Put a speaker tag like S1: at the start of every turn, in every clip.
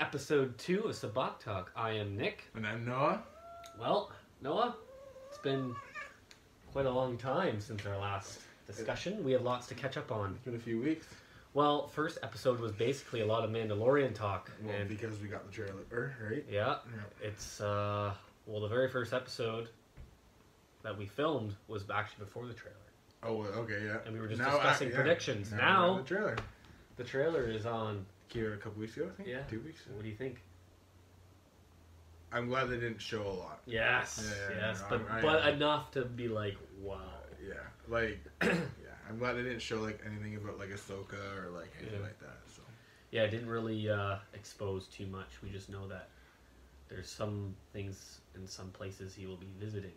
S1: episode two of Sabak Talk. I am Nick.
S2: And I'm Noah.
S1: Well, Noah, it's been quite a long time since our last discussion. We have lots to catch up on.
S2: It's been a few weeks.
S1: Well, first episode was basically a lot of Mandalorian talk,
S2: Well,
S1: and
S2: because we got the trailer, er, right?
S1: yeah,
S2: Yeah.
S1: it's uh, well, the very first episode that we filmed was actually before the trailer.
S2: Oh, well, okay, yeah.
S1: And we were just
S2: Now,
S1: discussing
S2: uh, yeah.
S1: predictions.
S2: Now,
S1: Now-
S2: we're on the trailer.
S1: The trailer is on.
S2: Here a couple weeks ago, I think.
S1: Yeah.
S2: Two weeks.
S1: What do you think?
S2: I'm glad they didn't show a lot.
S1: Yes,
S2: Yeah, yeah,
S1: yes,
S2: yeah,
S1: but
S2: I- I-
S1: but enough to be like, wow.
S2: Yeah. Like, yeah. I'm glad they didn't show like anything about like Ahsoka or like anything
S1: Yeah.
S2: like that. So
S1: Yeah, it didn't really uh, expose too much. We just know that there's some things in some places he will be visiting.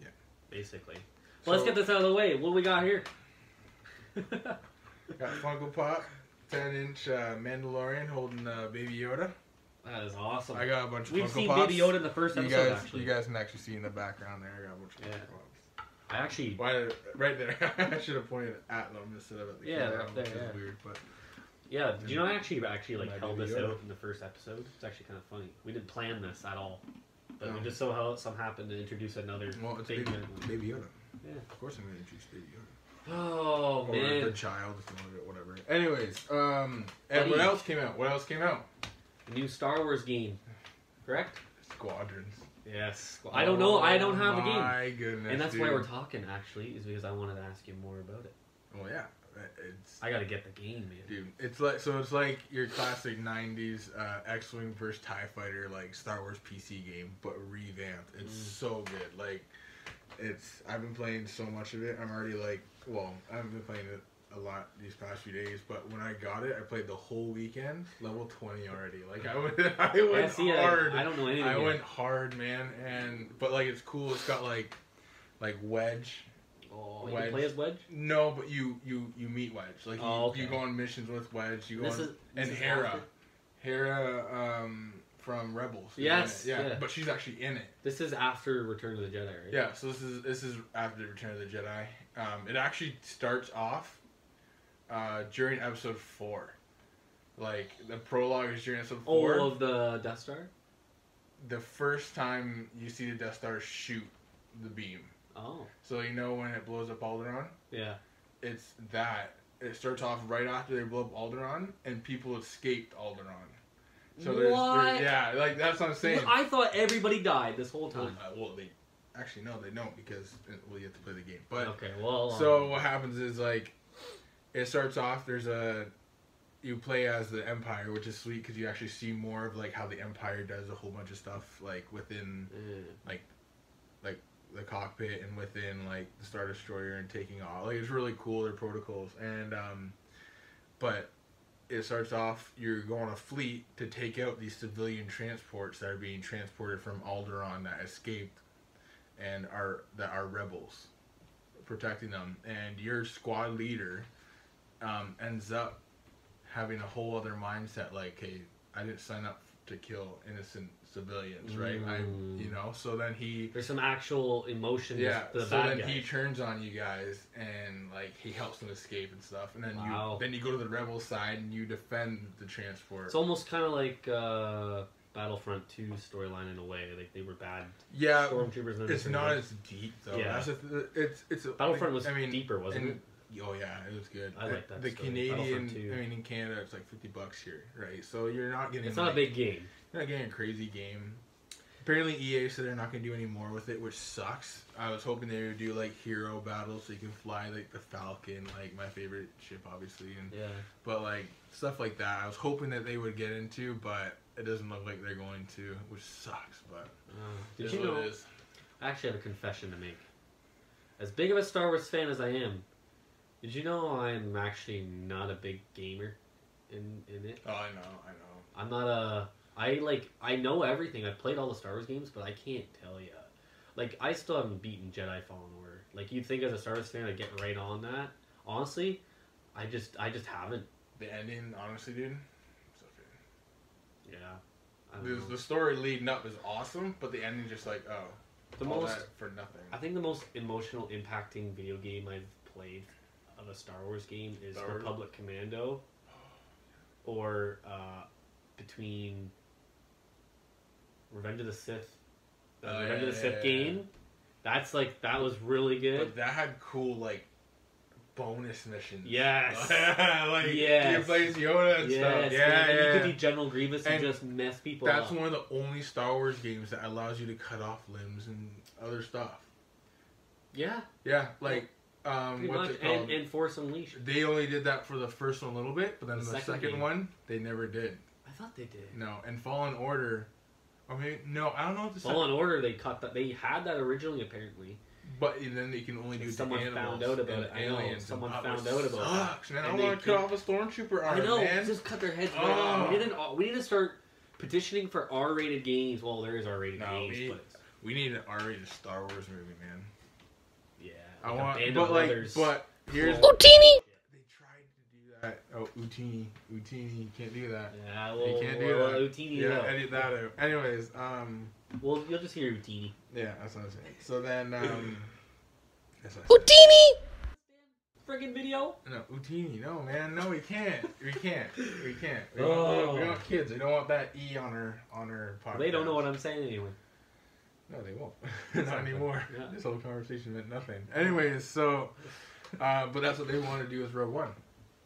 S2: Yeah.
S1: Basically. Well, let's
S2: So-
S1: get this out of the way. What do we got here?
S2: got Funko Pop, 10 inch uh, Mandalorian holding uh, Baby Yoda.
S1: That is awesome.
S2: I got a bunch of
S1: We've
S2: Funko
S1: seen
S2: Pops.
S1: Baby Yoda in the first
S2: You
S1: episode,
S2: guys,
S1: actually.
S2: you guys can actually see in the background there. I got a bunch of
S1: Yeah.
S2: Funko Pops.
S1: I actually.
S2: Why did, right there? I should have pointed at them instead of at the
S1: Yeah,
S2: camera,
S1: they're up there,
S2: which is
S1: yeah.
S2: weird. But
S1: Yeah, did you know I actually actually like
S2: Might
S1: held
S2: be
S1: this
S2: Yoda.
S1: out in the first episode? It's actually kind of funny. We didn't plan this at all, but we
S2: No.
S1: just somehow some happened to introduce another
S2: well, it's
S1: big
S2: Baby,
S1: man.
S2: Baby Yoda.
S1: Yeah.
S2: Of course, I'm gonna introduce Baby Yoda
S1: Oh
S2: or the
S1: man,
S2: child, if you want to, whatever. Anyways, um, and what
S1: Buddy.
S2: else came out? What else came out?
S1: new Star Wars game, correct?
S2: Squadrons.
S1: Yes. I don't know. I don't have
S2: oh,
S1: a game.
S2: My goodness.
S1: and that's
S2: dude.
S1: why we're talking actually is because I wanted to ask you more about it.
S2: Well, yeah, it's.
S1: I got to get the game, man.
S2: Dude, it's like so. It's like your classic '90s uh, X-wing versus Tie Fighter, like Star Wars PC game, but revamped. It's
S1: Mm.
S2: so good. Like, it's. I've been playing so much of it. I'm already like, well, I haven't been playing it a lot these past few days, but when I got it, I played the whole weekend, level 20 already. Like, I went, I went
S1: yeah, see, I-
S2: hard.
S1: I, don't know anything.
S2: I
S1: yet.
S2: went hard, man. And but like, it's cool. It's got like, like Wedge.
S1: Oh, you
S2: Wedge.
S1: play as Wedge?
S2: No, but you you you meet Wedge. Like you,
S1: Oh, okay.
S2: you go on missions with Wedge. You go
S1: This
S2: on,
S1: is- this
S2: and
S1: is
S2: Hera,
S1: after?
S2: Hera um, from Rebels. is in
S1: Yes,
S2: it. yeah,
S1: yeah.
S2: but she's actually in it.
S1: This is after Return of the Jedi, right?
S2: Yeah, so this is this is after Return of the Jedi. Um, it actually starts off uh, during Episode Four. Like the prologue is during Episode
S1: All
S2: Four.
S1: Oh, of the Death Star.
S2: The first time you see the Death Star shoot the beam,
S1: Oh,
S2: so you know when it blows up Alderaan.
S1: yeah.
S2: it's that it starts off right after they blow up Alderaan and people escaped Alderaan. So there's,
S1: What?
S2: there's yeah, like that's what I'm saying.
S1: I thought everybody died this whole
S2: well,
S1: time.
S2: uh, well, they actually no, they don't because uh, well, you have to play the game. But
S1: okay, well. um,
S2: so uh, what happens is like it starts off. There's a you play as the Empire, which is sweet because you actually see more of like how the Empire does a whole bunch of stuff like within
S1: mm,
S2: the cockpit and within like the star destroyer and taking off like it's really cool their protocols and um but it starts off you go on a fleet to take out these civilian transports that are being transported from alderon that escaped and are that are rebels protecting them and your squad leader um, ends up having a whole other mindset like hey i didn't sign up to kill innocent civilians right i
S1: Mm.
S2: you know so then he
S1: there's some actual emotion.
S2: yeah.
S1: to The
S2: so
S1: bad
S2: then
S1: guy.
S2: he turns on you guys, and like he helps them escape and stuff, and then
S1: Wow.
S2: you then you go to the rebel side and you defend the transport.
S1: It's almost kind of like uh, Battlefront 2 storyline in a way. Like they were bad
S2: yeah,
S1: stormtroopers. and
S2: it's
S1: everything,
S2: not
S1: right?
S2: as deep though.
S1: Yeah.
S2: That's a, it's it's a,
S1: Battlefront was
S2: I mean,
S1: deeper, wasn't
S2: and-
S1: it?
S2: Oh yeah, it was good.
S1: I like that
S2: The
S1: story.
S2: Canadian,
S1: Battlefront 2.
S2: I mean, in Canada, it's like fifty bucks here, right? So you're not getting
S1: It's not a
S2: like-
S1: big game.
S2: They're not getting a crazy game. Apparently EA said they're not gonna do any more with it, which sucks. I was hoping they would do like hero battles so you can fly like the Falcon, like my favorite ship obviously, and
S1: Yeah.
S2: but like stuff like that. I was hoping that they would get into, but it doesn't look like they're going to, which sucks, but
S1: did
S2: Uh, it is
S1: you
S2: what
S1: know?
S2: it is.
S1: I actually have a confession to make. As big of a Star Wars fan as I am, did you know I'm actually not a big gamer in in it?
S2: Oh I know, I know.
S1: I'm not a I like I know everything. I've played all the Star Wars games, but I can't tell you. Like I still haven't beaten Jedi Fallen Order. Like you'd think as a Star Wars fan I'd get right on that. Honestly, I just I just haven't.
S2: The ending, honestly dude, it's okay.
S1: Yeah. I don't
S2: The,
S1: know.
S2: the story leading up is awesome, but the ending just like oh
S1: The
S2: all
S1: most
S2: that for nothing.
S1: I think the most emotional impacting video game I've played of a Star Wars game is
S2: Star Wars?
S1: Republic Commando or uh, between Revenge of the Sith, the
S2: Oh,
S1: Revenge
S2: yeah,
S1: of the
S2: yeah,
S1: Sith
S2: yeah, yeah.
S1: game. That's like that was really good.
S2: But that had cool like bonus missions.
S1: Yes.
S2: like you
S1: Yes.
S2: play as Yoda and
S1: yes,
S2: stuff. Yeah,
S1: man, and you
S2: yeah.
S1: could be General Grievous and,
S2: And
S1: just mess people
S2: That's
S1: up.
S2: one of the only Star Wars games that allows you to cut off limbs and other stuff.
S1: yeah,
S2: Yeah, like um,
S1: pretty
S2: what's
S1: much.
S2: it called?
S1: And, and Force Unleashed.
S2: they only did that for the first one a little bit, but then
S1: The
S2: the,
S1: second
S2: second,
S1: game.
S2: one they never did.
S1: I thought they did.
S2: No, and Fallen Order. Or maybe no, I don't know if the
S1: Fallen Order, they cut that. They had that originally, apparently.
S2: second, but then they can only do
S1: Someone
S2: the
S1: found
S2: animals
S1: out about
S2: and
S1: it.
S2: the
S1: I know,
S2: aliens.
S1: someone
S2: and,
S1: found
S2: that
S1: out about that.
S2: sucks, man.
S1: And
S2: I
S1: they
S2: want to
S1: couldn't-
S2: cut off a stormtrooper arm.
S1: I know.
S2: man.
S1: Just cut their heads right off.
S2: Oh.
S1: We, didn't, uh, we need to start petitioning for R-rated games. Well, there is R-rated
S2: No,
S1: games,
S2: we-
S1: but
S2: We need an R-rated Star Wars movie, man.
S1: yeah,
S2: I
S1: like a
S2: want,
S1: Band
S2: but
S1: of
S2: like,
S1: Brothers.
S2: but here's
S1: Cool.
S3: Utini!
S2: they tried to do that. Oh, Utini, Utini, you can't do that.
S1: yeah, well,
S2: you can't do
S1: well,
S2: that.
S1: Utini,
S2: yeah,
S1: no.
S2: edit that out. Anyways, um,
S1: Well, you'll just hear Utini.
S2: yeah, that's what I was saying. So then, um, that's what I said.
S3: Utini!
S1: Friggin' video.
S2: No, Utini, no, man, no, we can't, we can't, we can't. We,
S1: Oh.
S2: want, we want kids. We don't want that E on her on her podcast.
S1: They don't know what I'm saying anyway.
S2: No, they won't. Not
S1: Exactly.
S2: anymore.
S1: Yeah.
S2: This whole conversation meant nothing. Anyways, so, uh, but that's what they wanted to do with Rogue One,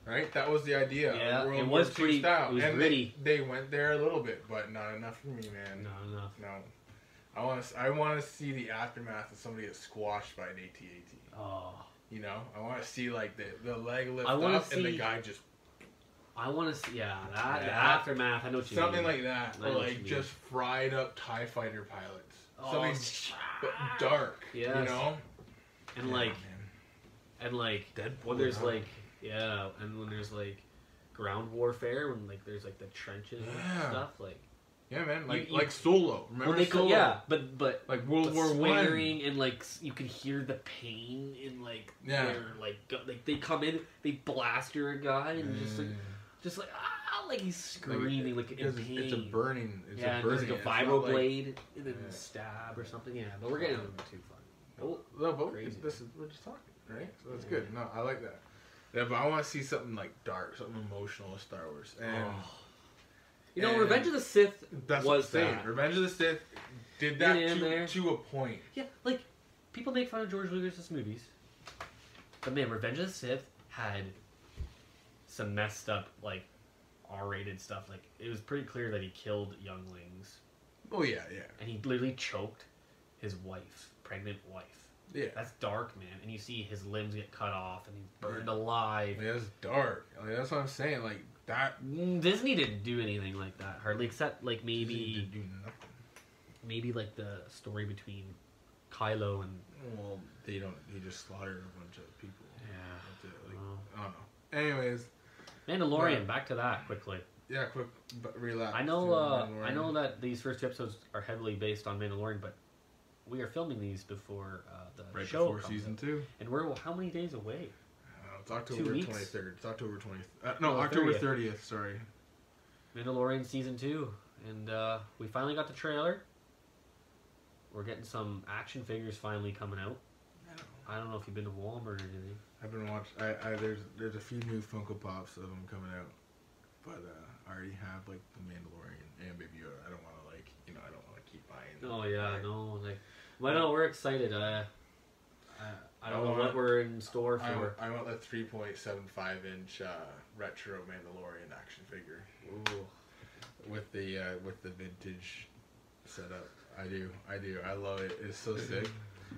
S2: right? That was the idea. of
S1: Yeah,
S2: World
S1: it
S2: War
S1: was
S2: II
S1: pretty-
S2: style.
S1: it was
S2: and
S1: gritty.
S2: They, they went there a little bit, but not enough for me, man.
S1: No, no.
S2: No, I want to. I want to see the aftermath of somebody get squashed by an AT-AT.
S1: Oh,
S2: You know, I want to see like the the leg lift
S1: I wanna
S2: up and the
S1: see-
S2: guy just
S1: I want to see. Yeah, that the
S2: Yeah.
S1: aftermath. I know what you
S2: something
S1: mean.
S2: like that,
S1: I
S2: or
S1: know what you
S2: like
S1: mean.
S2: just fried up Tie Fighter pilots.
S1: Oh,
S2: Something
S1: sh-
S2: but dark. You
S1: Yes.
S2: know,
S1: and
S2: Yeah,
S1: like
S2: man.
S1: and like
S2: Deadpool,
S1: when there's
S2: huh?
S1: like yeah, and when there's like ground warfare when like there's like the trenches and
S2: Yeah.
S1: stuff like
S2: yeah, man, like
S1: you-
S2: like Solo. Remember
S1: well, they
S2: Solo?
S1: could, yeah, but but
S2: Like World
S1: but
S2: War One.
S1: swearing and like s- you can hear the pain in like
S2: Yeah.
S1: their like gu- like they come in they blast your guy and just like just like ah like he's screaming like, in
S2: Mm. it's,
S1: pain.
S2: it's a burning. It's
S1: yeah,
S2: a
S1: there's like
S2: burning.
S1: a
S2: It's not
S1: vibro
S2: like-
S1: blade and then
S2: Yeah. Um,
S1: a stab or something. Yeah, but we're getting a little bit too far. Oh,
S2: No, but we-
S1: Crazy.
S2: this is we're just talking, right? So that's
S1: Yeah.
S2: good. No, I like that. Yeah, but I want to see something like dark, something emotional with Star Wars, and
S1: Oh. You know,
S2: and-
S1: Revenge of the Sith was
S2: that's what I'm saying.
S1: that.
S2: Revenge of the Sith did that
S1: Get in
S2: to,
S1: there.
S2: to a point.
S1: Yeah, like people make fun of George Lucas's movies, but man, Revenge of the Sith had some messed up like R-rated stuff. Like it was pretty clear that he killed younglings
S2: Oh yeah, yeah,
S1: and he literally choked his wife, pregnant wife.
S2: yeah.
S1: That's dark, man. And you see his limbs get cut off and he's burned alive.
S2: Like, that's dark. Like, that's what I'm saying. Like that.
S1: Disney didn't do anything like that hardly, except like
S2: to
S1: maybe
S2: do nothing.
S1: maybe like the story between Kylo and
S2: Well, they don't. They just slaughtered a bunch of people.
S1: yeah.
S2: That's it, like, I don't know. Anyways,
S1: Mandalorian.
S2: But-
S1: back to that quickly.
S2: yeah. Quick, but relapse.
S1: I know.
S2: to
S1: Uh, I
S2: Mandalorian.
S1: know that these first two episodes are heavily based on Mandalorian, but we are filming these before uh, the
S2: Right
S1: show
S2: before
S1: comes
S2: season
S1: out.
S2: two.
S1: And we're how many days away?
S2: Uh, it's October
S1: weeks?
S2: 23rd. It's October 20th. Uh, no,
S1: Oh,
S2: October
S1: 30th.
S2: 30th. Sorry.
S1: Mandalorian season two, and uh, we finally got the trailer. We're getting some action figures finally coming out. I don't know if you've been to Walmart or anything.
S2: I've been watching. I, I there's there's a few new Funko Pops of them coming out, but uh, I already have like the Mandalorian and Baby Yoda. I don't want to like you know I don't want to keep buying. them.
S1: Oh yeah, no, like, well, no, we're excited. Uh, I, I don't
S2: I
S1: know what
S2: want-
S1: we're in store
S2: Oh, I,
S1: for.
S2: I want that 3.75 inch uh, retro Mandalorian action figure
S1: Ooh.
S2: with the uh, with the vintage setup. I do, I do, I love it. It's so sick.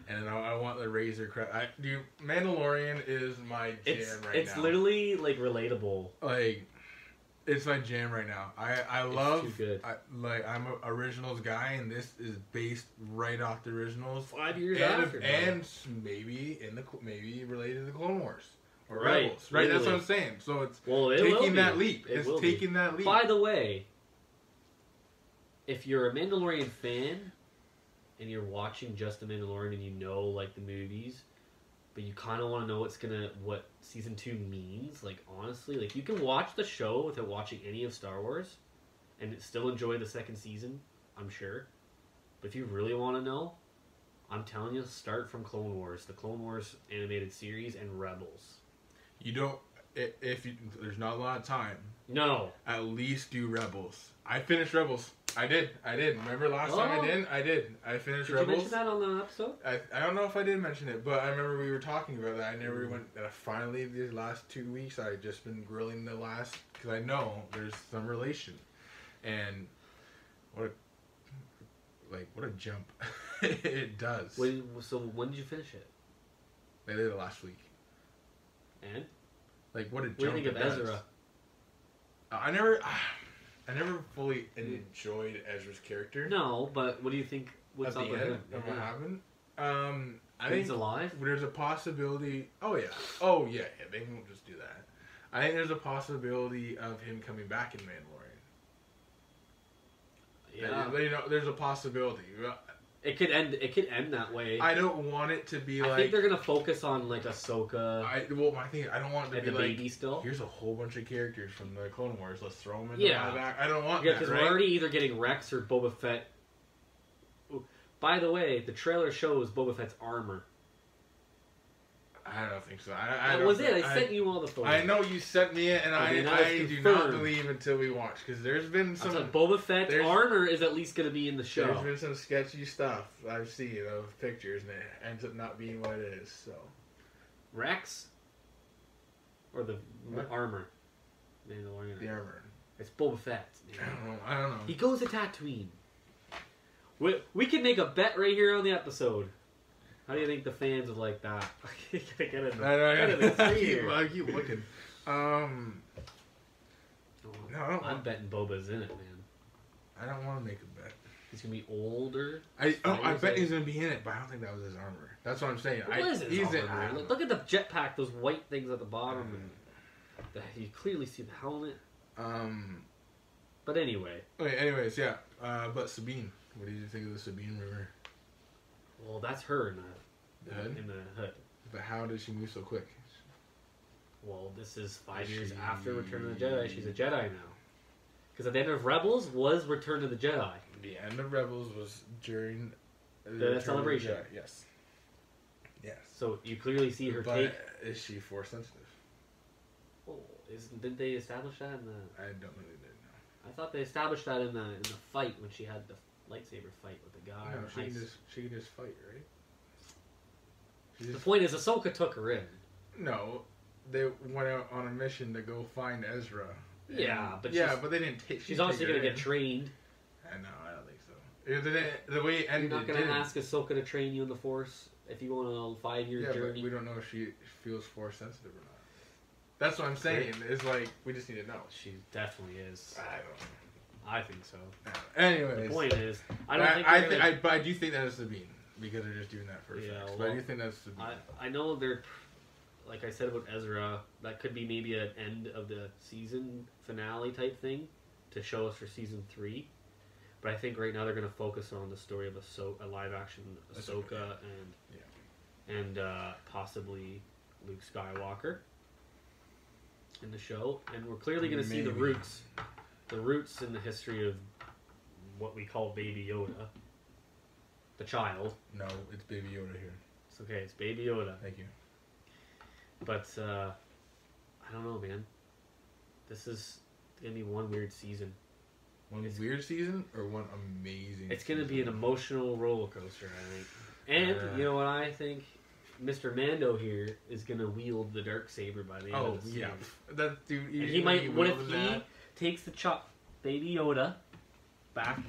S2: And I, I want the razor crap. I do. Mandalorian is my jam
S1: It's
S2: right
S1: it's
S2: now.
S1: literally like relatable.
S2: like it's my jam right now. I I love
S1: too good.
S2: I, like I'm a originals guy, and this is based right off the originals.
S1: Five years
S2: and,
S1: after, bro.
S2: and maybe in the maybe related to the Clone Wars or
S1: Right,
S2: Rebels. Right, that's what
S1: literally.
S2: I'm saying. So it's
S1: Well, it will
S2: taking
S1: be.
S2: that leap.
S1: It
S2: it's
S1: will be.
S2: taking that leap.
S1: By the way, if you're a Mandalorian fan and you're watching just the Mandalorian and you know like the movies, but you kind of want to know what's gonna what season two means, like honestly, like you can watch the show without watching any of Star Wars, and still enjoy the second season. I'm sure, but if you really want to know, I'm telling you, start from Clone Wars, the Clone Wars animated series, and Rebels.
S2: you don't i- if you, there's not a lot of time.
S1: No.
S2: At least do Rebels. I finished Rebels. I did. I did. Remember last time
S1: Oh.
S2: I did? I did. I finished
S1: Did you
S2: Rebels.
S1: mention that on the episode?
S2: I, I don't know if I did mention it, but I remember we were talking about that. I never
S1: Mm-hmm.
S2: went. Uh, finally, these last two weeks, I just been grilling the last because I know there's some relation, and what, a, like what a jump it does.
S1: When, so when did you finish it?
S2: I did it last week.
S1: And
S2: Like what a
S1: what do you
S2: jump
S1: think
S2: it
S1: of
S2: does.
S1: Ezra?
S2: I never, I never fully enjoyed Ezra's character.
S1: No, but what do you think? What's
S2: at
S1: up
S2: the
S1: with
S2: end
S1: him?
S2: of what
S1: Yeah.
S2: happened. Um, I
S1: He's
S2: think
S1: alive.
S2: there's a possibility. Oh yeah. Oh yeah. yeah they won't just do that. I think there's a possibility of him coming back in Mandalorian.
S1: Yeah,
S2: You know, there's a possibility.
S1: it could end. It could end that way. I,
S2: I don't want it to be like.
S1: think they're gonna focus on like Ahsoka
S2: I well, my thing. I don't want it to
S1: and
S2: be
S1: the
S2: like.
S1: baby still.
S2: Here's a whole bunch of characters from the Clone Wars. Let's throw them in
S1: Yeah.
S2: the back. I don't want
S1: Yeah,
S2: that.
S1: because
S2: Right?
S1: we're already either getting Rex or Boba Fett. Ooh, By the way, the trailer shows Boba Fett's armor.
S2: I don't think so. I, I
S1: That
S2: don't
S1: was it.
S2: think-
S1: I sent you all the photos.
S2: I know you sent me it, and I,
S1: Okay, now
S2: I,
S1: it's
S2: do not
S1: confirmed.
S2: believe until we watch because there's been
S1: Some,
S2: some
S1: Boba Fett's
S2: there's-
S1: armor is at least going to be in the
S2: there's
S1: show.
S2: been some sketchy stuff I've seen of pictures, and it ends up not being what it is. So
S1: Rex or the m-
S2: What?
S1: armor. Mandalorian.
S2: the armor,
S1: It's Boba Fett.
S2: I don't know. I don't know.
S1: He goes to Tatooine. We, we could make a bet right here on the episode. How do you think the fans would like that? I gotta get in
S2: I,
S1: the-
S2: don't know.
S1: get in
S2: I
S1: the
S2: keep,
S1: sphere.
S2: I keep looking. Um, no, I don't.
S1: I'm
S2: Want,
S1: betting Boba's in it, man.
S2: I don't want to make a bet.
S1: He's gonna be older.
S2: I oh, I
S1: Spider's
S2: bet
S1: like-
S2: he's gonna be in it, but I don't think that was his armor. That's what I'm saying. I,
S1: What is his
S2: he's
S1: armor,
S2: in. I
S1: man?
S2: don't
S1: Look,
S2: know.
S1: look at the jetpack. Those white things at the bottom. And
S2: Mm.
S1: the, you clearly see the helmet.
S2: Um.
S1: But anyway,
S2: Okay. Anyways, yeah. Uh, but Sabine, what did you think of the Sabine rumor?
S1: well, that's her in the
S2: Good.
S1: in the hood.
S2: But how did she move so quick?
S1: Well, this is five
S2: Is
S1: years
S2: she-
S1: after Return of the Jedi. She's a Jedi now. Because at the end of Rebels was Return of the Jedi.
S2: The end of Rebels was during the,
S1: Return of celebration. the
S2: yes. Yes.
S1: So you clearly see her
S2: but
S1: take.
S2: is she force sensitive?
S1: Oh, isn't, didn't they establish that in the?
S2: I don't know. They
S1: I thought they established that in the in the fight when she had the lightsaber fight with the guy.
S2: did. No,
S1: on
S2: she
S1: Heist.
S2: can just she can just fight, right? She
S1: The
S2: just,
S1: point is, Ahsoka took her in.
S2: no, they went out on a mission to go find Ezra. And-
S1: Yeah, but
S2: yeah,
S1: she's-
S2: but they didn't take.
S1: She's obviously gonna get trained.
S2: I know. I don't think so. It didn't- The way it ended.
S1: You're not gonna
S2: didn't.
S1: ask Ahsoka to train you in the Force if you go on a five year
S2: Yeah, but
S1: journey.
S2: we don't know if she feels force sensitive or not. That's what I'm saying. It's like we just need to know.
S1: She definitely is.
S2: I don't
S1: I think so.
S2: know. Anyways,
S1: The point is, I
S2: I
S1: don't
S2: I,
S1: think.
S2: I,
S1: they're
S2: thi-
S1: gonna-
S2: I- but I do think that is Sabine because they're just doing that for
S1: Yeah,
S2: effects. but
S1: well,
S2: I do think that's Sabine.
S1: I, I know they're, like I said about Ezra, that could be maybe an end of the season finale type thing to show us for season three. But I think right now they're going to focus on the story of Ahso- a live action
S2: Ahsoka,
S1: Ahsoka and and uh, possibly Luke Skywalker in the show. And we're clearly going to see the
S2: Maybe.
S1: roots, the roots in the history of what we call Baby Yoda, the child.
S2: no, it's Baby Yoda here.
S1: It's okay, it's Baby Yoda.
S2: Thank you.
S1: But uh, I don't know, man. This is gonna be one weird season.
S2: One
S1: It's-
S2: weird season or one amazing?
S1: It's gonna be an
S2: season?
S1: emotional roller coaster, I think. And
S2: Uh.
S1: you know what I think? Mr. Mando here is gonna wield the dark saber by the end
S2: Oh
S1: of the season.
S2: yeah, that dude.
S1: And
S2: even
S1: he might. what if
S2: wields
S1: he
S2: that-
S1: takes the chop, baby Yoda, back,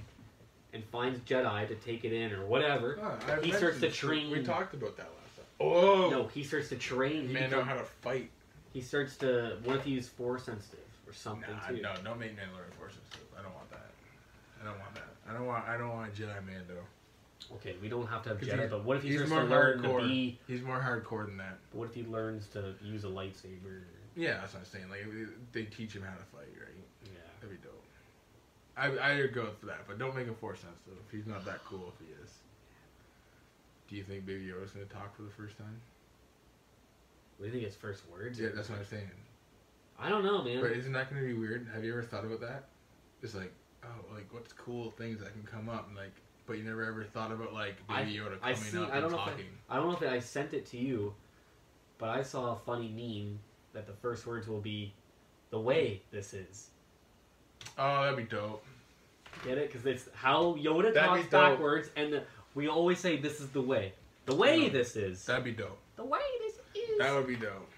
S1: and finds Jedi to take it in or whatever?
S2: Huh, I
S1: he starts
S2: mentioned
S1: to
S2: this. We- We
S1: train-
S2: talked about that last time. Oh
S1: No, he starts to train. He,
S2: Mando
S1: become-
S2: how to fight.
S1: he starts to. What if he's force sensitive or something
S2: Nah,
S1: too?
S2: no, don't make Mandalorian forces. I don't want that. I don't want that. I don't want. I don't want Jedi Mando.
S1: Okay, we don't have to have
S2: 'Cause
S1: Jedi,
S2: he's-
S1: but what if he
S2: he's
S1: starts to
S2: more
S1: learn to
S2: hardcore.
S1: be
S2: He's more hardcore than that.
S1: What if he learns to use a lightsaber?
S2: Yeah, that's what I'm saying. Like they teach him how to fight, right?
S1: Yeah.
S2: That'd be dope. I I'd go for that, but don't make him force sensitive. He's not that cool if he is. Do you think Baby Yoda's gonna talk for the first time?
S1: What do you think his first words?
S2: Yeah, that's what I'm saying.
S1: I don't know, man.
S2: But isn't that gonna be weird? Have you ever thought about that? It's like, oh, like what's cool things that can come up, and like, but you never ever thought about like Baby Yoda coming
S1: I see.
S2: up
S1: I don't
S2: and
S1: know. If
S2: talking.
S1: I, I don't know if I sent it to you, but I saw a funny meme that the first words will be, the way this is.
S2: Oh, that'd be dope.
S1: Get it? Because it's how Yoda
S2: That'd be
S1: talks
S2: dope.
S1: backwards, and the, we always say this is the way. The way
S2: Yeah.
S1: this is.
S2: That'd be dope.
S1: the way this is.
S2: That would be dope.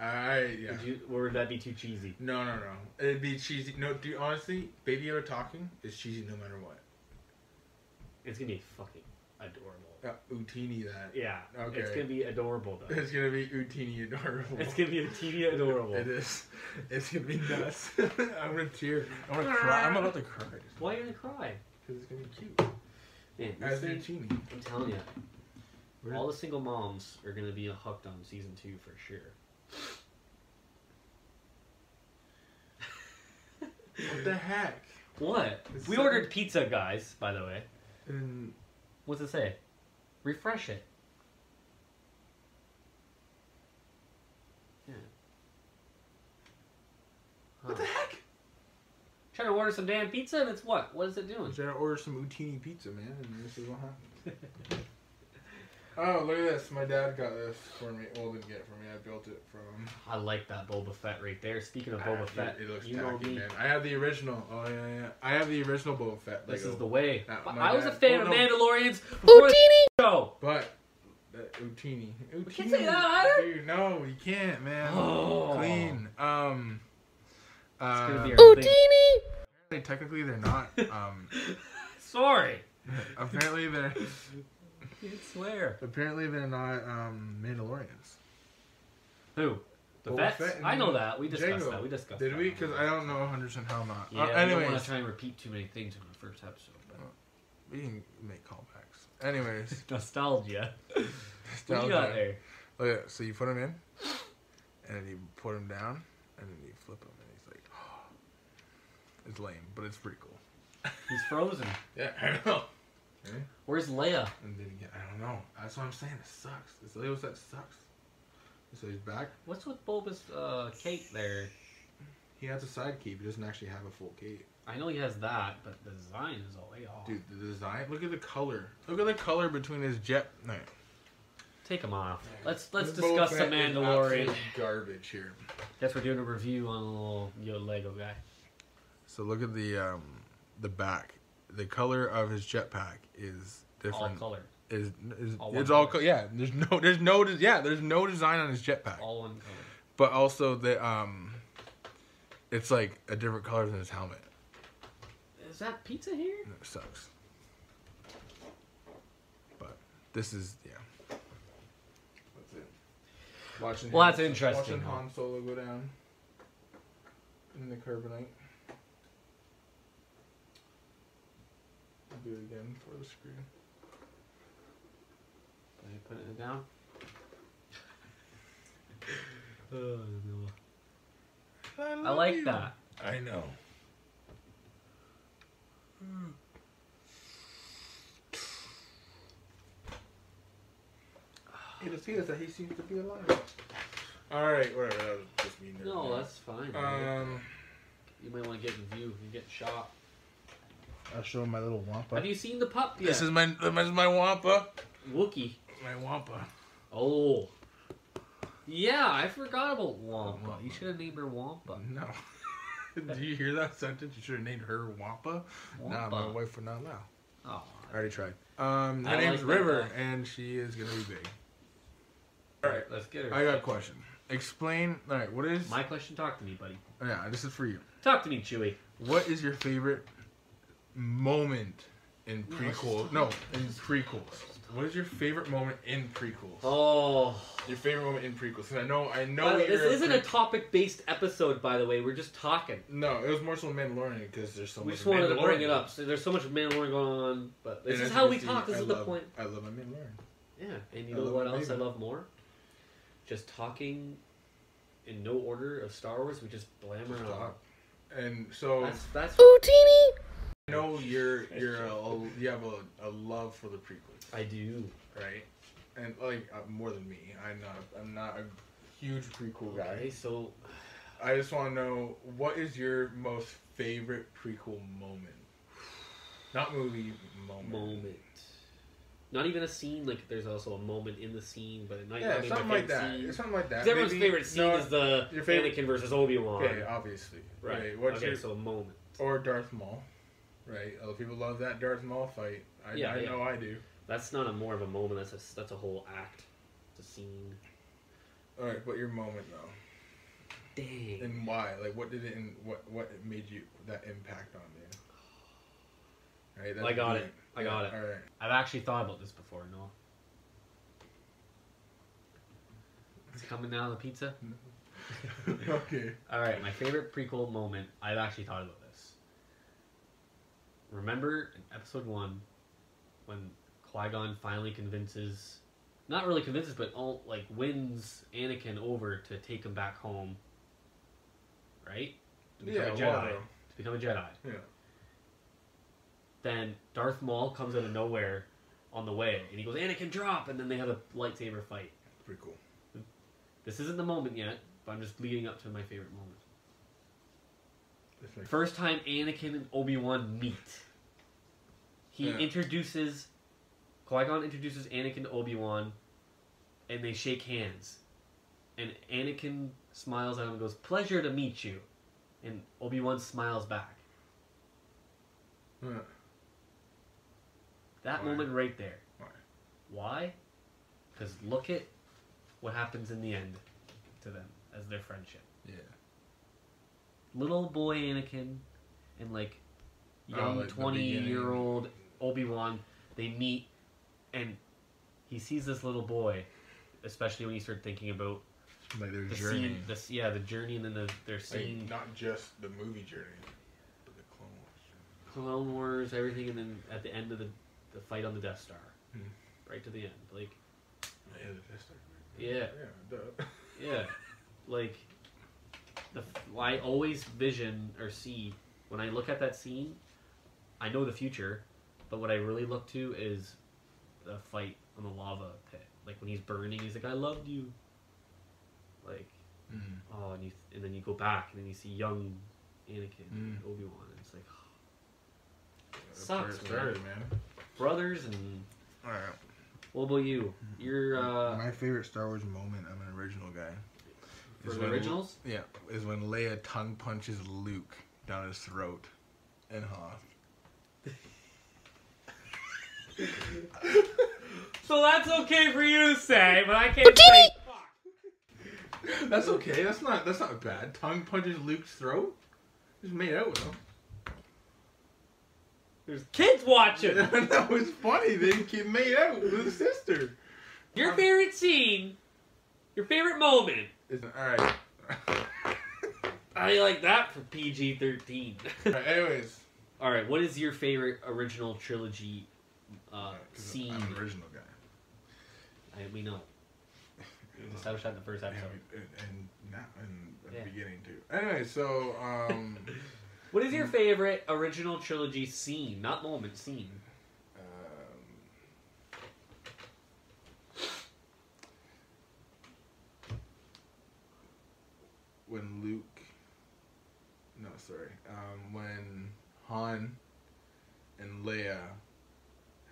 S2: I yeah.
S1: Would you, or would that be too cheesy?
S2: No, no, no. It'd be cheesy. No, dude. Honestly, Baby Yoda talking is cheesy no matter what.
S1: It's gonna be fucking adorable.
S2: Uh, Utini that.
S1: Yeah. It's
S2: Okay.
S1: gonna be adorable though.
S2: It's gonna be Utini adorable.
S1: It's gonna be TV adorable.
S2: It is. It's gonna be nuts. I'm gonna tear. I'm gonna cry. I'm about to cry.
S1: Why are you gonna cry?
S2: Because it's gonna be cute.
S1: Man, this
S2: As
S1: thing,
S2: Utini.
S1: I'm telling you,
S2: We're-
S1: all the single moms are gonna be hooked on season two for sure.
S2: What the heck?
S1: What?
S2: It's
S1: we
S2: so-
S1: ordered pizza, guys. By the way,
S2: And
S1: what's it say? Refresh it. Yeah.
S2: what
S1: Huh.
S2: the heck?
S1: Trying to order some damn pizza, and it's what? What is it
S2: I
S1: doing?
S2: should order some Utini pizza, man. And this is what happened. Oh, look at this. My dad got this for me. Well, didn't get it for me. I built it from him.
S1: I like that Boba Fett right there. Speaking of
S2: Ah,
S1: Boba
S2: dude,
S1: Fett,
S2: It looks
S1: you know
S2: tacky,
S1: me.
S2: man. I have the original. Oh yeah, yeah. I have the original Boba Fett.
S1: This
S2: Lego.
S1: is the way.
S2: That-
S1: But
S2: my
S1: I was a
S2: dad-
S1: fan
S2: Oh,
S1: of
S2: no.
S1: Mandalorians. before the Show.
S2: But that Utini. Utini.
S1: can't say that either?
S2: Dude, no, you can't, man.
S1: Oh.
S2: Clean. Um.
S1: It's
S2: Uh,
S1: gonna be our thing.
S2: apparently- technically, they're not. Um,
S1: Sorry.
S2: apparently, they're
S1: Can't swear.
S2: apparently they're not um, Mandalorians.
S1: Who? The
S2: Boba
S1: Fets?
S2: Fett and
S1: I know that. We discussed
S2: Jango.
S1: that. We discussed
S2: Did
S1: that.
S2: we? Because I don't know 100 percent how not.
S1: Yeah,
S2: uh,
S1: I don't want
S2: anyways,
S1: to try and repeat too many things in the first episode. But
S2: we can make callbacks. Anyways,
S1: nostalgia. What
S2: nostalgia.
S1: you got there?
S2: Oh yeah, so you put him in, and then you put him down, and then you flip him, and he's like, it's lame, but it's pretty cool.
S1: He's frozen.
S2: Yeah, I know.
S1: Where's Leia?
S2: And then again, I don't know. That's what I'm saying. It sucks. It's Leo's that sucks. So he's back.
S1: What's with Boba's uh, cape there?
S2: He has a side cape. He doesn't actually have a full cape.
S1: I know he has that, but the design is all way off.
S2: Dude, the design. Look at the color. Look at the color between his jet. No.
S1: Take him off. Let's let's
S2: This Boba
S1: discuss the
S2: Fett is
S1: Mandalorian.
S2: absolute Garbage here.
S1: Guess we're doing a review on a little yo Lego guy.
S2: So look at the um the back. The color of his jetpack is
S1: All
S2: different.
S1: color.
S2: is, is
S1: All
S2: it's
S1: one
S2: all
S1: color.
S2: co- yeah. There's no there's no des- yeah there's no design on his jetpack,
S1: All one color.
S2: but also the um, it's like a different color than his helmet.
S1: Is that pizza here?
S2: And it sucks. But this is yeah. That's it. Watching
S1: Well, that's interesting,
S2: Watching
S1: huh?
S2: Han Solo go down in the carbonite. I'll do it again for the screen.
S1: Are you putting it down? oh, no. I
S2: love
S1: like
S2: you.
S1: that.
S2: I know. It appears that he seems to be alive. All right, whatever. That was just me. nerding
S1: No,
S2: out.
S1: that's fine.
S2: Um,
S1: you might want to get in view. You get shot.
S2: I'll show my little wampa.
S1: Have you seen the pup yet?
S2: This is my this is my wampa.
S1: Wookie.
S2: My wampa.
S1: Oh. Yeah, I forgot about Wampa.
S2: Wampa.
S1: You should have named her Wampa.
S2: No. Do you hear that sentence? You should have named her Wampa. Nah, my
S1: Wampa.
S2: wife would not allow.
S1: Oh.
S2: I already tried. Um,
S1: I
S2: her
S1: like
S2: name's
S1: that
S2: River,
S1: guy.
S2: and she is gonna be big. All right.
S1: Alright, let's get her.
S2: I got a question. Explain. All right, what is?
S1: My question, talk to me, buddy.
S2: oh, yeah, this is for you.
S1: Talk to me, Chewie.
S2: What is your favorite moment in
S1: No, let's
S2: prequel?
S1: just-
S2: No, in prequels. What is your favorite moment in prequels?
S1: Oh.
S2: Your favorite moment in prequels? 'Cause I know, I know.
S1: By the way, this
S2: you're
S1: isn't a
S2: pre-
S1: topic based episode, by the way. We're just talking.
S2: no, it was more so Mandalorian because there's so
S1: We
S2: much.
S1: just wanted to bring
S2: Mandalorian.
S1: it up. So there's so much Mandalorian going on, but this
S2: And
S1: is
S2: as
S1: how
S2: you
S1: we
S2: can
S1: talk.
S2: see,
S1: This
S2: I
S1: is the
S2: love-
S1: point.
S2: I love my Mandalorian.
S1: Yeah, and you
S2: I
S1: know
S2: love
S1: what
S2: my
S1: else I
S2: baby.
S1: love more? Just talking in no order of Star Wars. We just blammer it on.
S2: Stop. And so
S1: That's that's.
S2: I know you're you're a, you have a, a love for the prequels.
S1: I do.
S2: right? And like uh, more than me, I'm not. I'm not a huge prequel
S1: Okay,
S2: guy.
S1: so
S2: I just want to know what is your most favorite prequel moment? Not movie moment.
S1: moment. not even a scene. Like there's also a moment in the scene, but it might
S2: yeah,
S1: not be my
S2: something like
S1: favorite
S2: that.
S1: scene.
S2: Something like that.
S1: 'Cause everyone's
S2: Maybe-
S1: favorite scene
S2: no,
S1: is the
S2: your favorite-
S1: Anakin versus Obi Wan.
S2: Okay, obviously.
S1: right.
S2: Right. What's
S1: okay,
S2: your
S1: so a moment.
S2: or Darth Maul? Right. A lot of people love that Darth Maul fight. I,
S1: Yeah,
S2: I
S1: yeah.
S2: know I do.
S1: That's not a more of a moment. That's a that's a whole act. It's a scene.
S2: All right, but your moment though,
S1: Dang.
S2: and why? Like, what did it? And what what made you that impact on you? Right. that's
S1: I got
S2: deep.
S1: it. I got it.
S2: All right.
S1: I've actually thought about this before, Noel. It's coming now, the pizza?
S2: okay.
S1: Alright, my favorite prequel moment. I've actually thought about this. Remember in episode one when Qui Gon finally convinces not really convinces, but all like wins Anakin over to take him back home. Right? To become
S2: Yeah.
S1: a Jedi.
S2: Waldo.
S1: To become a Jedi.
S2: Yeah.
S1: Then Darth Maul comes out of nowhere on the way and he goes, Anakin drop and then they have a lightsaber fight.
S2: Pretty cool.
S1: This isn't the moment yet, but I'm just leading up to my favorite moment.
S2: That's my-
S1: First time Anakin and Obi Wan meet. He
S2: Yeah.
S1: introduces Qui Gon introduces Anakin to Obi Wan, and they shake hands. And Anakin smiles at him and goes, "Pleasure to meet you," and Obi Wan smiles back.
S2: Yeah.
S1: That
S2: Why?
S1: moment right there.
S2: Why?
S1: Why? Because look at what happens in the end to them as their friendship.
S2: Yeah.
S1: little boy Anakin and like
S2: Oh,
S1: young
S2: like the
S1: twenty year
S2: beginning.
S1: old Obi Wan, they meet and he sees this little boy, especially when you start thinking about
S2: Like their
S1: the
S2: journey.
S1: scene, this yeah, the journey and then the, their scene,
S2: Like, not just the movie journey, but the Clone Wars. journey.
S1: Clone Wars, everything, and then at the end of the the fight on the Death Star,
S2: Hmm.
S1: right to the end, like
S2: Yeah, the Death Star.
S1: Yeah.
S2: Yeah. Duh.
S1: yeah, like the f- I always vision or see when I look at that scene, I know the future, but what I really look to is the fight on the lava pit. Like when he's burning, he's like, "I loved you." Like
S2: Mm.
S1: oh, and you and then you go back and then you see young Anakin, and
S2: Mm.
S1: Obi Wan, and it's like
S2: That's
S1: Sucks,
S2: where it started, man.
S1: brothers. And
S2: All right.
S1: what about you? You're uh,
S2: My favorite Star Wars moment. I'm an original guy.
S1: for
S2: is
S1: the
S2: when-
S1: originals.
S2: Yeah, is when Leia tongue punches Luke down his throat, and Hoth.
S1: So that's okay for you to say, but I can't say. Fuck.
S2: That's okay. That's not. That's not bad. Tongue punches Luke's throat. Just made out with him.
S1: There's kids watching.
S2: that was funny. They get made out with his sister.
S1: Your favorite scene, your favorite moment.
S2: It's, all right.
S1: I like that for PG thirteen.
S2: all right. Anyways,
S1: All right, what is your favorite original trilogy uh,
S2: All right, 'cause
S1: scene?
S2: I'm an original guy.
S1: I, we know. We established that in the first
S2: And,
S1: episode.
S2: and now and at the
S1: Yeah.
S2: beginning too. Anyway, so um,
S1: What is your favorite original trilogy scene? Not moment, scene.
S2: um when Luke, no, sorry, um, when Han and Leia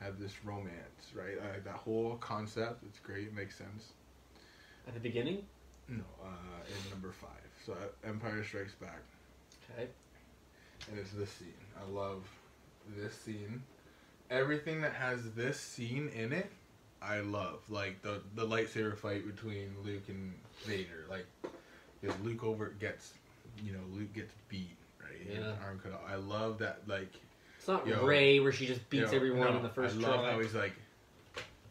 S2: have this romance, right? I like that whole concept. It's great. It makes sense.
S1: At the beginning?
S2: No, uh, in number five, so uh, Empire Strikes Back,
S1: Okay.
S2: and it's this scene. I love this scene. Everything that has this scene in it, I love. Like the the lightsaber fight between Luke and Vader. Like, because Luke over gets, you know, Luke gets beat right. He had his
S1: Yeah.
S2: Arm cut off. I love that. Like,
S1: It's not
S2: Yo.
S1: Ray where she just beats
S2: yo,
S1: everyone
S2: no,
S1: in the first
S2: I love
S1: try.
S2: how he's like,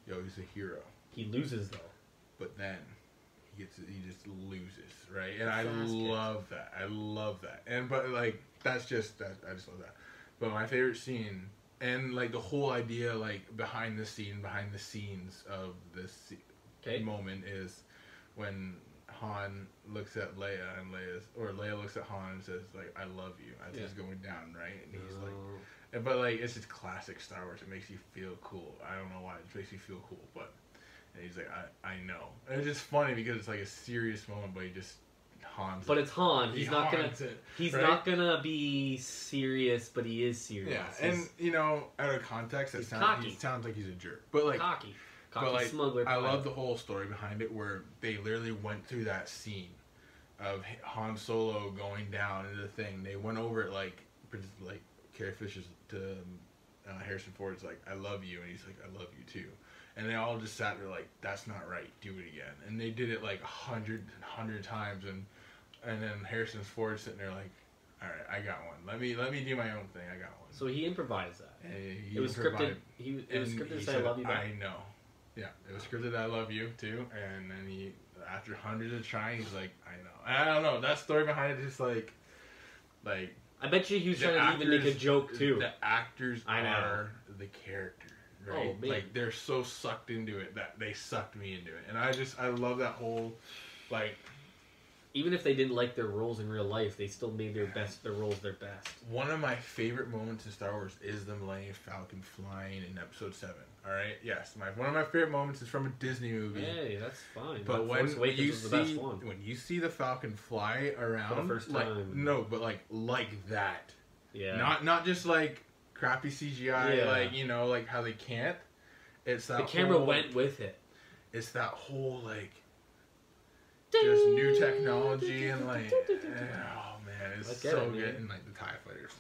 S2: yo, he's a hero.
S1: He loses though.
S2: but then he gets he just loses right and i
S1: Fast kick.
S2: love that i love that and but like that's just that i just love that but my favorite scene and like the whole idea like behind the scene behind the scenes of this se-
S1: Okay.
S2: moment is when han looks at leia and leia's or leia looks at han and says like i love you as he's going down right and he's like
S1: No.
S2: and- But like it's just classic Star Wars. It makes you feel cool. I don't know why it makes you feel cool, but and he's like, I, I know. And it's just funny because it's like a serious moment, but he just Hans.
S1: But it's Han.
S2: He
S1: He's not gonna.
S2: Hans it,
S1: He's
S2: right?
S1: not gonna be serious, but he is serious.
S2: Yeah, and you know, out of context, it
S1: He's
S2: sounds he
S1: cocky.
S2: sounds like he's a jerk. But like,
S1: cocky, cocky
S2: but like,
S1: smuggler.
S2: I
S1: pilot.
S2: love the whole story behind it, where they literally went through that scene of Han Solo going down into the thing. They went over it like, like Carrie Fisher's to uh, Harrison Ford's like, "I love you," and he's like, "I love you too." And they all just sat there like, "That's not right. Do it again." And they did it like a hundred, and hundred times, and and then Harrison Ford sitting there like, "All right, I got one. Let me let me do my own thing. I got one."
S1: So he improvised that.
S2: And he
S1: It was scripted.
S2: provided-
S1: He it was
S2: and
S1: scripted
S2: he
S1: to say I
S2: said,
S1: love you back.
S2: I know. Yeah, it was scripted. I love you too. And then he, after hundreds of trying, he's like, I know. And I don't know. That story behind it is like, like
S1: I bet you he was
S2: the
S1: trying to even make a
S2: actors-
S1: joke too.
S2: The actors
S1: I know.
S2: are the character. Right?
S1: Oh, man.
S2: Like they're so sucked into it that they sucked me into it, and I just I love that whole, like
S1: even if they didn't like their roles in real life, they still made their best their roles their best.
S2: One of my favorite moments in Star Wars is the Millennium Falcon flying in Episode Seven. All right, yes, my one of my favorite moments is from a Disney movie.
S1: Hey, that's fine.
S2: Mm-hmm. But
S1: But
S2: when
S1: Force Awakens
S2: you
S1: was the
S2: see
S1: best one.
S2: when you see the Falcon fly around
S1: For the first
S2: like,
S1: time.
S2: no, but like like that,
S1: Yeah.
S2: not not just like crappy CGI,
S1: Yeah.
S2: like you know, like how they can't. It's that
S1: the camera
S2: whole-
S1: went with it.
S2: It's that whole like just new technology and like oh man,
S1: I
S2: it's
S1: get
S2: so
S1: it,
S2: good
S1: man.
S2: and like the Tie Fighters.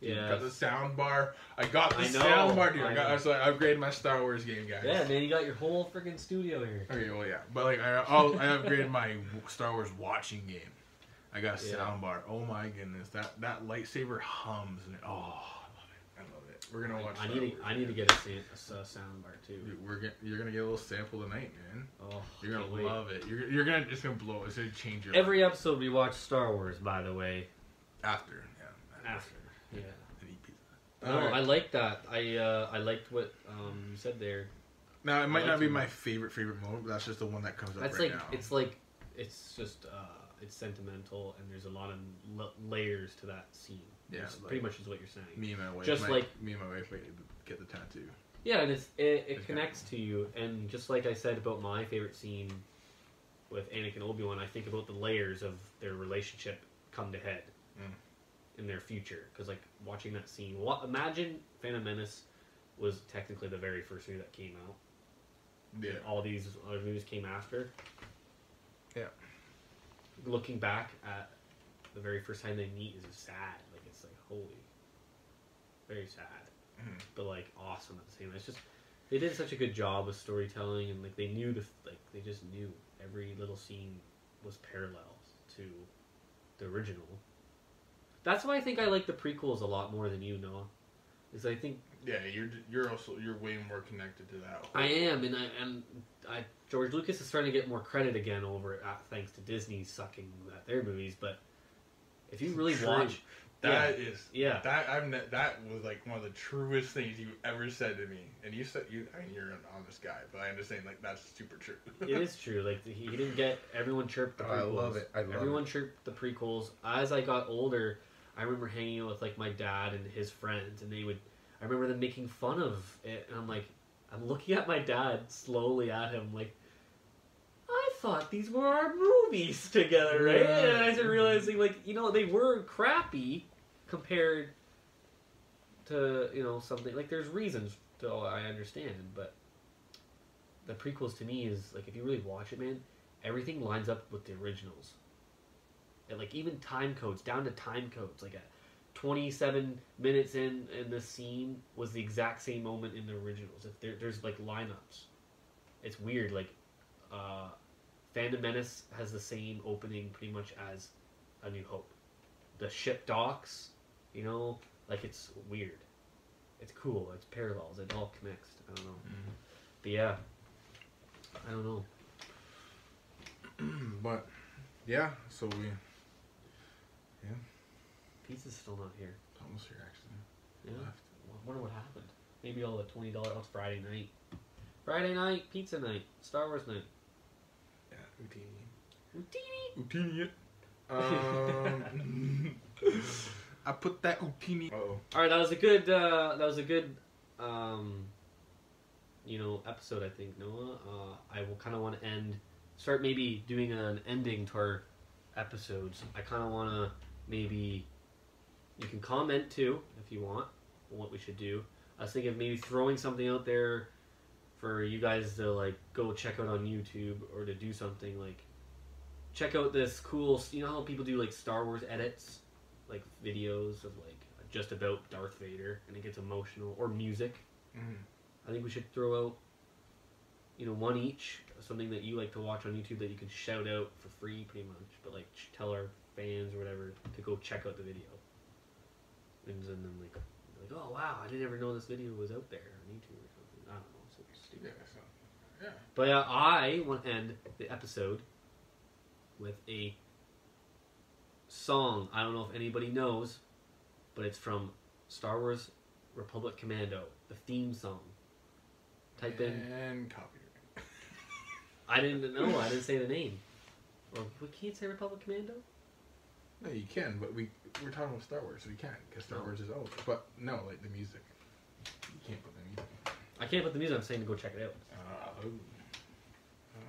S1: Yeah.
S2: got the sound bar. I got the
S1: I know,
S2: sound bar, dude. I,
S1: I
S2: got.
S1: know.
S2: I was like, upgrade my Star Wars game, guys.
S1: Yeah, man, you got your whole freaking studio here.
S2: Okay, well, yeah, but like I, I'll, I upgraded my Star Wars watching game. I got a
S1: Yeah.
S2: sound bar. Oh my goodness, that that lightsaber hums and oh, I love it. I love it. We're gonna watch.
S1: I
S2: Star
S1: need
S2: Wars
S1: to, I need to
S2: again.
S1: get a, san- a sa- sound bar too.
S2: Dude, we're gonna, you're gonna get a little sample tonight, man.
S1: Oh,
S2: You're gonna
S1: can't wait.
S2: love it. You're, you're gonna it's gonna blow. It's gonna change your
S1: Every
S2: life.
S1: episode we watch Star Wars, by the way.
S2: after. Yeah,
S1: After. Yeah.
S2: And eat pizza.
S1: No,
S2: All
S1: I
S2: right.
S1: like that. I uh, I liked what um, you said there.
S2: now it might
S1: like
S2: not be
S1: it.
S2: my favorite favorite moment, but that's just the one that comes up
S1: That's
S2: right
S1: like
S2: now.
S1: it's like it's just uh, it's sentimental and there's a lot of l- layers to that scene.
S2: Yeah,
S1: which is
S2: like-
S1: pretty much is what you're saying.
S2: me and my wife.
S1: just
S2: might-
S1: like-
S2: me and my wife might get the tattoo.
S1: Yeah, and it's it,
S2: Okay.
S1: it connects to you, and just like I said about my favorite scene with Anakin Obi Wan, I think about the layers of their relationship come to head
S2: Mm.
S1: in their future. Because like watching that scene, wa- imagine Phantom Menace was technically the very first movie that came out.
S2: Yeah.
S1: and all these other movies came after.
S2: Yeah.
S1: Looking back at the very first time they meet is sad. Like it's like holy, very sad,
S2: Mhm.
S1: but like awesome at the same. time. It's just they did such a good job with storytelling and like they knew the like they just knew every little scene was parallel to the original. That's why I think I like the prequels a lot more than you, Noah. Is I think
S2: Yeah, you're you're also you're way more connected to that.
S1: I am, and I and I George Lucas is starting to get more credit again over it, uh, thanks to Disney sucking at their movies. But if you really
S2: True.
S1: watch,
S2: That is
S1: yeah,
S2: that I've ne- that was like one of the truest things you ever said to me. And you said you I mean you're an honest guy, but I understand like that's super true.
S1: it is true. Like he, he didn't get everyone chirped the
S2: Oh,
S1: prequels.
S2: I love it. I love
S1: everyone chirped the prequels. As I got older, I remember hanging out with like my dad and his friends, and they would. I remember them making fun of it, and I'm like, I'm looking at my dad slowly at him, like. I thought these were our movies together, right? And I started realizing, like, you know, they were crappy compared to, you know, something. Like, there's reasons, though, I understand, but the prequels to me is, like, if you really watch it, man, everything lines up with the originals. And, like, even time codes, down to time codes. Like, at 27 minutes in, in this scene was the exact same moment in the originals. If there, There's, like, lineups. It's weird. Like, uh, Phantom Menace has the same opening pretty much as A New Hope. The ship docks, you know, like it's weird. It's cool. It's parallels. It all connects. I don't know.
S2: Mm-hmm.
S1: But yeah, I don't know.
S2: but yeah, so we
S1: Pizza's still not here.
S2: almost here actually.
S1: Yeah.
S2: Left.
S1: I wonder what happened. Maybe all the twenty dollars. Oh, it's Friday night. Friday night, pizza night, Star Wars night.
S2: Yeah, Houdini.
S1: Houdini.
S2: Houdini it. Um I put that Houdini Oh.
S1: All right, that was a good. Uh, that was a good. Um, you know, episode. I think Noah. Uh, I will kind of want to end. Start maybe doing an ending to our episodes. I kind of want to maybe you can comment too if you want what we should do. I was thinking of maybe throwing something out there for you guys to like go check out on YouTube or to do something like check out this cool. You know how people do like Star Wars edits, like videos of like just about Darth Vader, and it gets emotional or music.
S2: Mm.
S1: I think we should throw out, you know, one each, something that you like to watch on YouTube that you can shout out for free, pretty much. But like, sh- tell our fans or whatever to go check out the video, and then then, like, like, oh wow, I didn't ever know this video was out there on YouTube or something. I don't know, something
S2: Yeah,
S1: stupid.
S2: so
S1: But uh, I want to end the episode with a song. I don't know if anybody knows, but it's from Star Wars Republic Commando, the theme song. Type in
S2: and copyright.
S1: I didn't know. I didn't say the name. Well, we can't say Republic Commando.
S2: No, you can, but we we're talking about Star Wars, so we can because Star
S1: No.
S2: Wars is old. But no, like the music, you can't put the music.
S1: I can't put the music. I'm saying to go check it out. oh.
S2: Uh, ooh.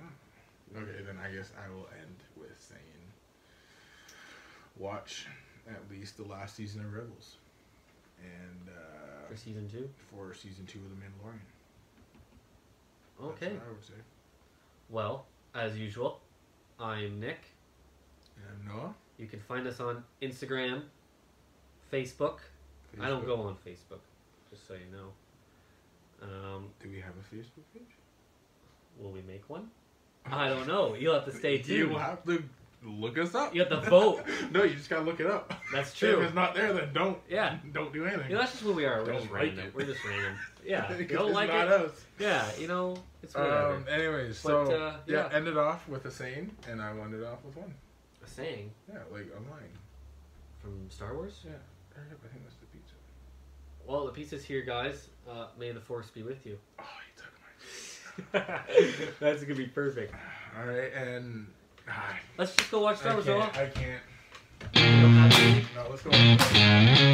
S2: Ah. okay, then I guess I will end with saying, watch at least the last season of Rebels, and uh,
S1: For season two.
S2: for season two of The Mandalorian. That's
S1: Okay.
S2: what I would say.
S1: Well, as usual, I'm Nick.
S2: And uh, Noah.
S1: You can find us on Instagram, Facebook. I don't
S2: Facebook.
S1: go on Facebook, just so you know. Um,
S2: Do we have a Facebook page?
S1: will we make one? I don't know. You'll have to stay tuned.
S2: You have to look us up.
S1: You have to vote.
S2: no, you just gotta look it up.
S1: That's
S2: If
S1: true.
S2: it's not there, then don't.
S1: Yeah.
S2: Don't do anything.
S1: You know, that's just who we are. We're
S2: Don't
S1: just
S2: like
S1: random.
S2: it.
S1: We're just random. Yeah.
S2: 'Cause
S1: You don't
S2: it's
S1: like
S2: not
S1: it?
S2: Us.
S1: Yeah. You know, it's whatever.
S2: Um. Anyways, so
S1: But, uh,
S2: yeah.
S1: yeah.
S2: end it off with a saying, and I will end it off with one.
S1: a saying
S2: Yeah, like online.
S1: from Star Wars.
S2: Yeah. Hurry up! I think that's the pizza.
S1: Well, the pizza's here, guys. Uh, may the force be with you.
S2: Oh, you took mine.
S1: That's gonna be perfect.
S2: All right, and ah,
S1: Let's just go watch Star
S2: I
S1: Wars.
S2: can't.
S1: Noah.
S2: I can't.
S1: We don't have to-
S2: No, let's go.